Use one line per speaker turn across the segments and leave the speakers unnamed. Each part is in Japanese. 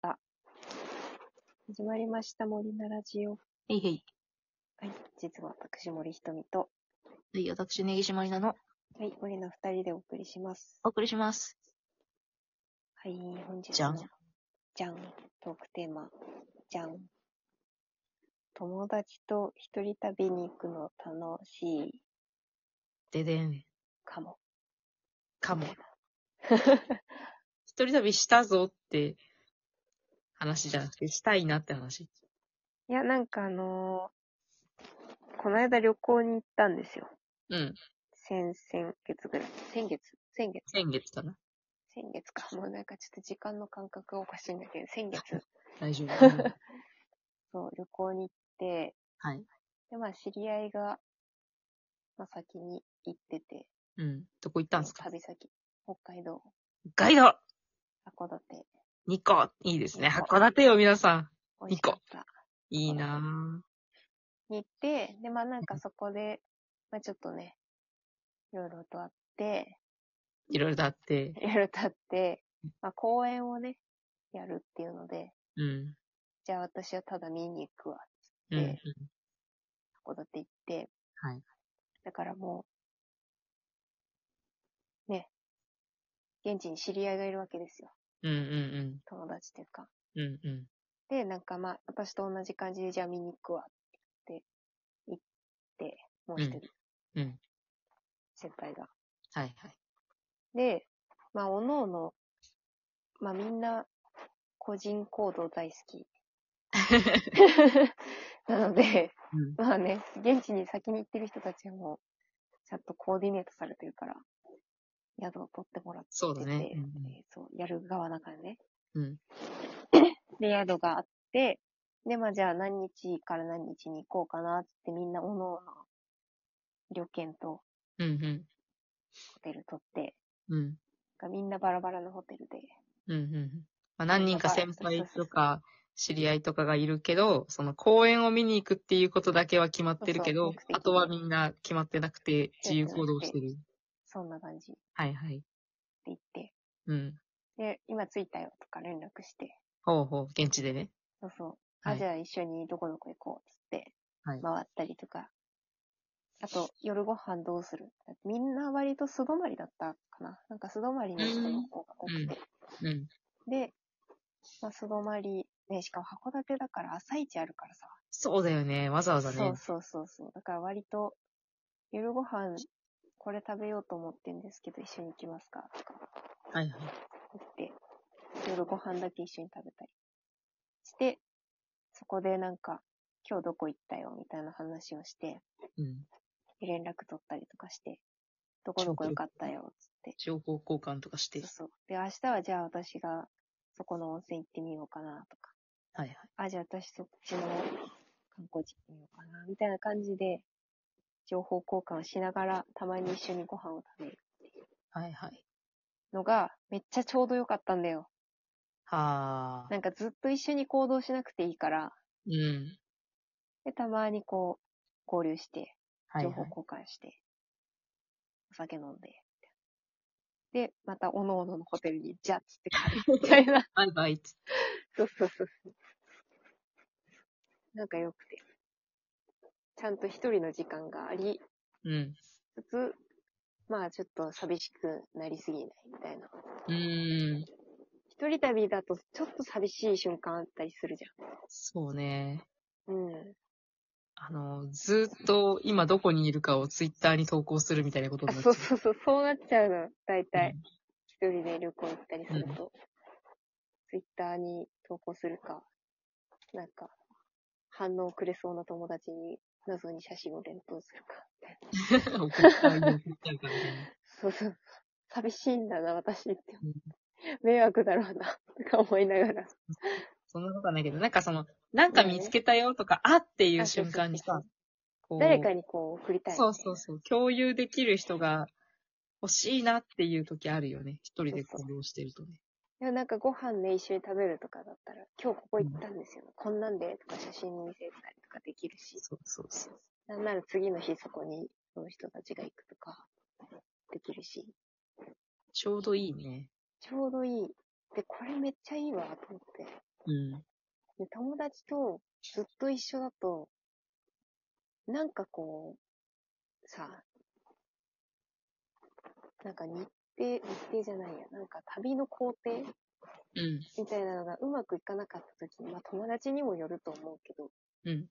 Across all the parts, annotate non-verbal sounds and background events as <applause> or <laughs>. た。始まりました、森菜ラジオ。
はいはい。
はい、実は私、森ひとみと、
はい、私、ネギシマリナの
はい、森の二人でお送りします。
お送りします。
はい、本日の
じゃん。
じゃん。トークテーマ。じゃん。友達と一人旅に行くの楽しい
ででん。
かも。
かも。一人旅したぞって話じゃなくて、したいなって話。
いや、なんかあのーこの間旅行に行ったんですよ。
うん。
先々月ぐらい。先月先月
先月かな。
先月か。もうなんかちょっと時間の感覚がおかしいんだけど、先月、
大丈夫。 <laughs> うん
<laughs> そう、旅行に行って、
はい。
で、まあ、知り合いが、まあ、先に行ってて、
うん。どこ行ったんですか
旅先、北海道、
ガイド
函館、
!2 個いいですね。函館よ、皆さ
美味しかった。
ん。いいな
に行って、で、まあ、なんかそこで、まあ、ちょっとね、いろいろとあって、 <laughs>
ぁ。いろいろとあって。
いろいろとあって、まあ、公演をね、やるっていうので、
うん。
じゃあ私はただ見に行くわ、
うん。
で函館行って、
はい。
だからもう、ね、現地に知り合いがいるわけですよ。
うんうん
友達というか。
うん。うんうん。
で、なんかまあ、私と同じ感じで、じゃあ見に行くわって言って、行って、もう一人、
うんうん
先輩が。
はいはい。
で、まあ、おのおの、まあみんな、個人行動大好
<laughs>
き。なので、
うん。
まあね、現地に先に行ってる人たちはもう、ちゃんとコーディネートされてるから、宿を取ってもらってて、
そうだねうんうん
でそう、やる側だからね。
うん。
で、宿があって、で、まあじゃあ何日から何日に行こうかなっつってみんなおのおの旅券と
うん
ホテル取って、
うん。うん。
がみんなバラバラのホテルで。
うんうんうん。まあ、何人か先輩とか、知り合いとかがいるけど、その公演を見に行くっていうことだけは決まってるけ
そう
ど
そう目的、ね
あとはみんな決まってなくて、自由行動してる。
そんな感じって
はいはい。
言って。
うん。
で、今着いたよとか連絡して。
ほうほう、現地でね。
そうそう。
は
あ、
い
じゃあ一緒にどこどこ行こうっつって
はい。
回ったりとか。あと、夜ご飯どうするみんな割と素泊まりだったかななんか素泊まりの人の方が多くて。
うん。
で、まあ、素泊まり、ね、しかも函館だから朝市あるからさ。
そうだよね。わざわざ
そ
ね
う。そうそうそう。だから割と、夜ご飯、これ食べようと思ってんですけど、一緒に行きますかとか
はいはい。
言って、夜ご飯だけ一緒に食べたりして、そこでなんか、今日どこ行ったよみたいな話をして、
うん。
連絡取ったりとかして、どこどこ良かったよ、つって。
情報交換とかして
そう。そう。で、明日はじゃあ私が、そこの温泉行ってみようかな、とか。
はいはい。
あ、じゃあ私そっちの観光地行ってみようかな、みたいな感じで、情報交換をしながら、たまに一緒にご飯を食べる
はいはい。
のが、めっちゃちょうど良かったんだよ。
はあ。
なんかずっと一緒に行動しなくていいから、
うん。
で、たまにこう、合流して、
はい
情
は
報
い。
交換して、お酒飲んで、で、また、おのおののホテルに、じゃっつって帰るみたい
<laughs>
な。
バイバイっつって。
そうそうそうそう。なんか良くて。ちゃんと一人の時間があり、
うん。
普通、まあちょっと寂しくなりすぎないみたいな。
うーん。
一人旅だとちょっと寂しい瞬間あったりするじ
そうね。
ゃん。うん。
あの、ずーっと今どこにいるかをツイッターに投稿するみたいなこと
あ
になっちゃ。
そううそうそう、そうなっちゃうの。大体、
うん
一人で旅行行ったりすると、ツイッターに投稿するか、なんか、反応くれそうな友達に謎に写真を連投するか、みたいな。
送ったり送ったりかみたいな。
そうそう。寂しいんだな、私って
うん。
迷惑だろうな、とか思いながら。
そんなことはないけど、なんかその、なんか見つけたよとか、あっていう瞬間に
あ
さ、こう
誰かにこう送りたい。
そうそうそう、共有できる人が欲しいなっていう時あるよね。一人で行動してるとね。
いや、なんかご飯ね、一緒に食べるとかだったら、今日ここ行ったんですよ。こんなんでとか写真見せたりとかできるし、
そうそうそう。
なんなら次の日そこにその人たちが行くとか、できるし、
ちょうどいいね。
ちょうどいい。で、これめっちゃいいわ、と思って。
うん。
で友達とずっと一緒だと、なんかこう、さ、なんか日程、日程じゃないや、なんか旅の工程
うん。
みたいなのがうまくいかなかった時に、まあ友達にもよると思うけど、
うん。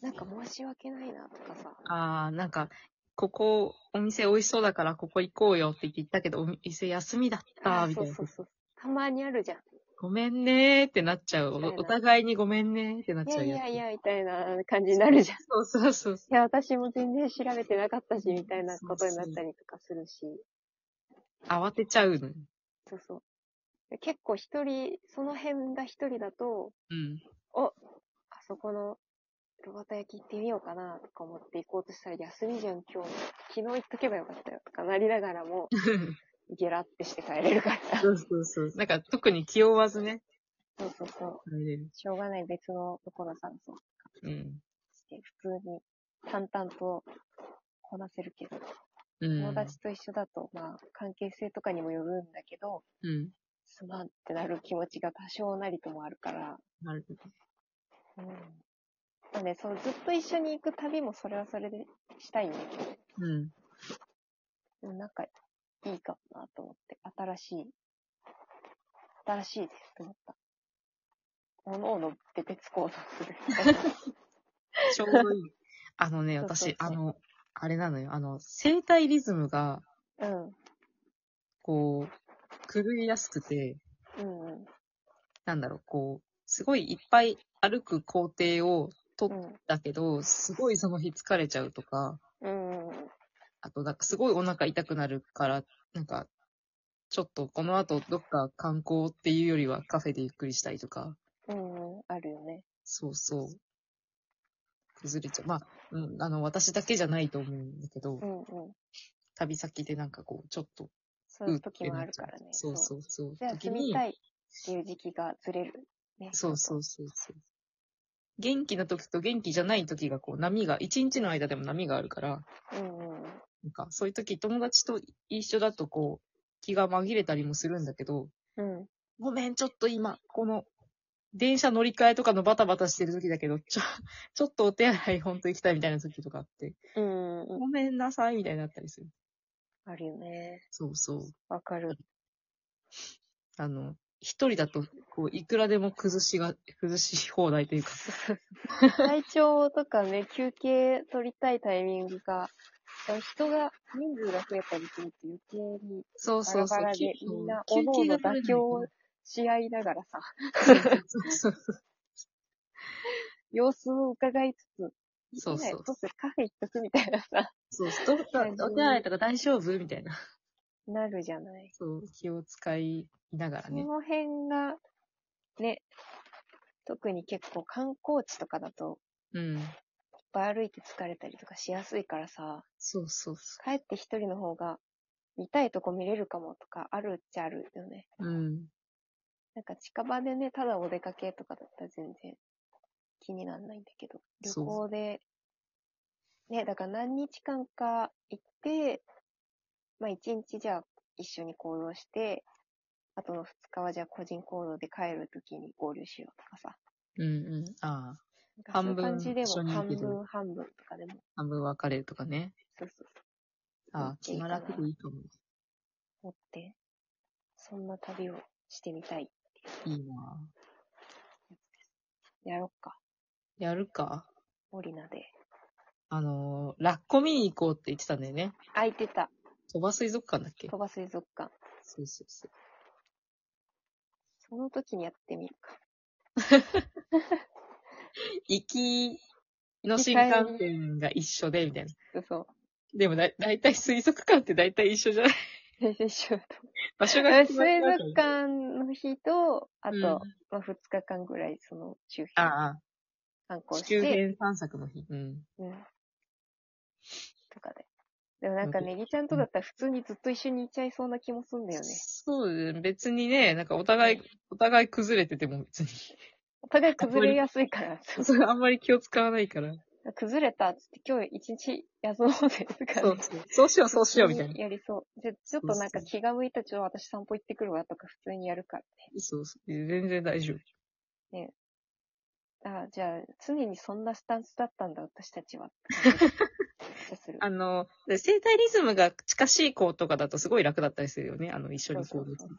なんか申し訳ないなとかさ、
ああ、なんか、ここ、お店美味しそうだからここ行こうよって言って行ったけど、お店休みだった、
ー
みた
そ
いうな
そ。うそう。たまにあるじゃん。
ごめんねーってなっちゃう。
みたいな
おお互いにごめんねーってなっ
い
ち
や
ゃう
い
やつ。
やいや、みたいな感じになるじゃん。い <laughs>
そうそうそうそ
や、私も全然調べてなかったし、みたいなことになったりとかするし。
う。慌てちゃうのよ。
そうそう。で結構一人、その辺が一人だと、
うん。
あそこの、ロバタ焼き行ってみようかな、とか思って行こうとしたら、休みじゃん、今日。昨日行っとけばよかったよ、とかなりながらも、ゲラってして帰れるからさ。
<laughs> そうそうそう。なんか特に気負わずね。
そうそうそう。
帰れる
しょうがない別のところさんそう
うん。
して、普通に淡々とこなせるけど、
うん。
友達と一緒だと、まあ、関係性とかにもよるんだけど、
うん。
すまんってなる気持ちが多少なりともあるから、
なるほど。
うん。まあね、そのずっと一緒に行く旅もそれはそれでしたいんだけど
うん。、
うんなんかいいかもなと思って、新しい、新しいですと思った。おのおの出てつ行動する。
ちょうどいい。 <laughs> あのね、
そうそうそう
私、あの、あれなのよ。あの、生体リズムが、
うん。
こう、狂いやすくて、
うんうん。
なんだろう、こう、すごいいっぱい歩く工程をとっ
うん。
たけど、すごいその日疲れちゃうとか、
うんうん。
あと、なんかすごいお腹痛くなるから、なんか、ちょっとこの後どっか観光っていうよりはカフェでゆっくりしたいとか、
うんうん。あるよね。
そうそう。崩れちゃう。まあ、うん、あの、私だけじゃないと思うんだけど、
うんうん。
旅先でなんかこう、ちょっと、
そういう時もあるからね。
そうそうそう。
じゃあ
時
住
に
みたいっていう時期がずれる。ね。
そうそうそうそう。元気な時と元気じゃない時がこう波が、一日の間でも波があるから、
うんうん。
なんかそういう時友達と一緒だとこう気が紛れたりもするんだけど、
うん。
ごめん、ちょっと今、この電車乗り換えとかのバタバタしてる時だけど、ちょ、 <laughs> ちょっとお手洗い本当行きたいみたいな時とかあって、
うんうん。
ごめんなさいみたいになったりする。
あるよね。
そうそう。
わか
<laughs>
る。
あの、一人だと、こう、いくらでも崩しが、崩し放題というか、 <laughs>
体調とかね、休憩取りたいタイミングが、人が、人数が増えたりすると余計に
そうそうそ
バ
う
ラバラ。で
き
みんな
休
おのおの
憩が取れない
妥協をし合いながらさ、
そうそうそう。
様子を伺いつつ、
そうそう
今どうするカフェ行っとくみたいなさ、
そう、どっか
うん
お手洗いとか大丈夫みたいな。
なるじゃない。
そう、気を使いながら
そ
ね。
の辺が、ね、特に結構観光地とかだと、
う
い
ん。
っぱい歩いて疲れたりとかしやすいからさ、
そうそうそ
帰って一人の方が、見たいとこ見れるかもとか、あるっちゃあるよね。
う。うん。
なんか近場でね、ただお出かけとかだったら全然気にならないんだけど、旅
そう
行で、ね、だから何日間か行って、まあ一日じゃあ一緒に行動して、あとの2日はじゃあ個人行動で帰るときに合流しようとかさ。
うんうん。ああ。
なんかそういう感じでも
半分一緒に行
半
くけど
分半分とかでも、
半分別れるとかね。
そうそうそう、
ああ、
いい
気
か
が
な
楽でいいと思う。
持って、そんな旅をしてみたい。
いいな
やろっか、
やるか
オリナで。
あのー、ラッコ見に行こうって言ってたんだよね。
空いてた、
鳥羽水族館だっけ
鳥羽水族館。
そうそうそう。
その時にやってみるか。
行きの新幹線が一緒で、みたいな。
嘘。
でもだ、だいたい水族館ってだいたい一緒じゃない
先
<laughs>
生一緒だと
場所が
思う。
決
水
まってるから
族館の日と、あと、
うん
まあ、2日間ぐらい、その周辺
ああ、
観光
地
し
球
て、
編散策の日。うん。
うん。とかで。でもなんか、
うん
ネギちゃんとだったら普通にずっと一緒にいちゃいそうな気もすんだよね。
そうだね。別にね、なんかお互い、お互い崩れてても別に。 <laughs>
お互い崩れやすいから、そう
それあんまり気を使わないから。
崩れたっつって今日一日休もうぜとかね、
そうそう。そうしよう、そうしよう、みたいな。
やりそう。で、ちょっとなんか気が向いたら、ちょっと私散歩行ってくるわとか普通にやるからね。
そうそう。全然大丈夫。
ね。あじゃあ、常にそんなスタンスだったんだ、私た
<laughs>
ちは。する
あの、で生体リズムが近しい子とかだとすごい楽だったりするよね。あの、一緒に行動
そうそうそ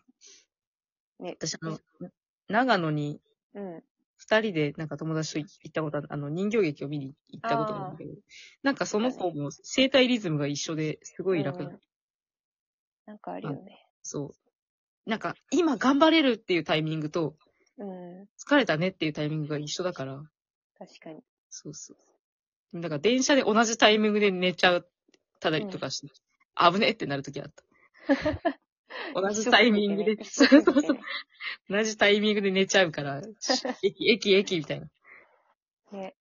うね
私、あの、長野に
うん。
二人でなんか友達と行ったことある、あの、人形劇を見に行ったことがあるんだけど、なんかその子も生体リズムが一緒ですごい楽だ、
うんなんかあるよね。
そう。なんか、今頑張れるっていうタイミングと、
うん。
疲れたねっていうタイミングが一緒だから、
確かに。
そうそう。だから電車で同じタイミングで寝ちゃうたりとかして、危ねってなるときあ
<laughs>
った。同じタイミングで、
そ
そうう
そ
そうう
そう
そう。。同じタイミングで寝ちゃうから、
<laughs>
し駅、駅、駅みたいな。
ね。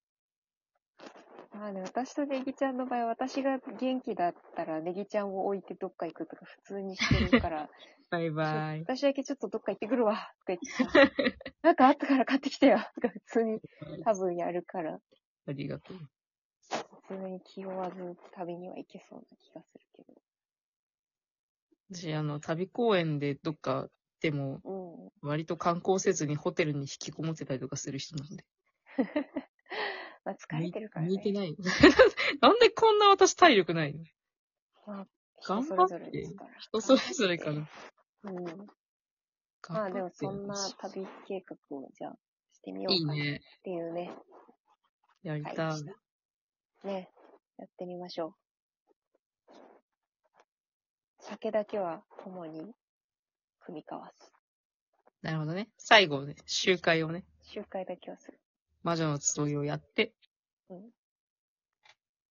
まあね、私とネギちゃんの場合は、私が元気だったら、ネギちゃんを置いてどっか行くとか普通にしてるから、
バイ <laughs> バイ。
私だけちょっとどっか行ってくるわ、とか言ってさ、
<laughs>
なんかあったから買ってきてよ、とか普通に多分やるから、
ありがとう。
普通に気負わず旅には行けそうな気がするけ
私、あの、旅公演でどっかでも、
ど。うん。
割と観光せずにホテルに引きこもってたりとかする人なんで。
まあ疲れてるから
向いて
ね。
ないよ。 <laughs> なんでこんな私体力ないの
まあ、人
頑
そ
張
れ
っ
ぞれで
て
すから。
人それぞれかな。
うん。まあ
頑
で
張っ
も
て
そ
よ
んな旅計画をじゃあしてみよ
いうい
かなっ
ね。
ていうね。
やりたい。
ね、やってみましょう。酒だけは共に組み交わす。
なるほどね。最後ね、集会をね、
集会だけはする。
魔女の集いをやって、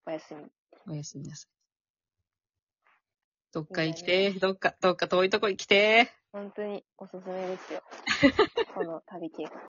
おやすみ。
おやすみなさい。どっか行きてー、どっか、どっか遠いとこ行きてー。 <laughs>
本当におすすめですよ。この旅計画。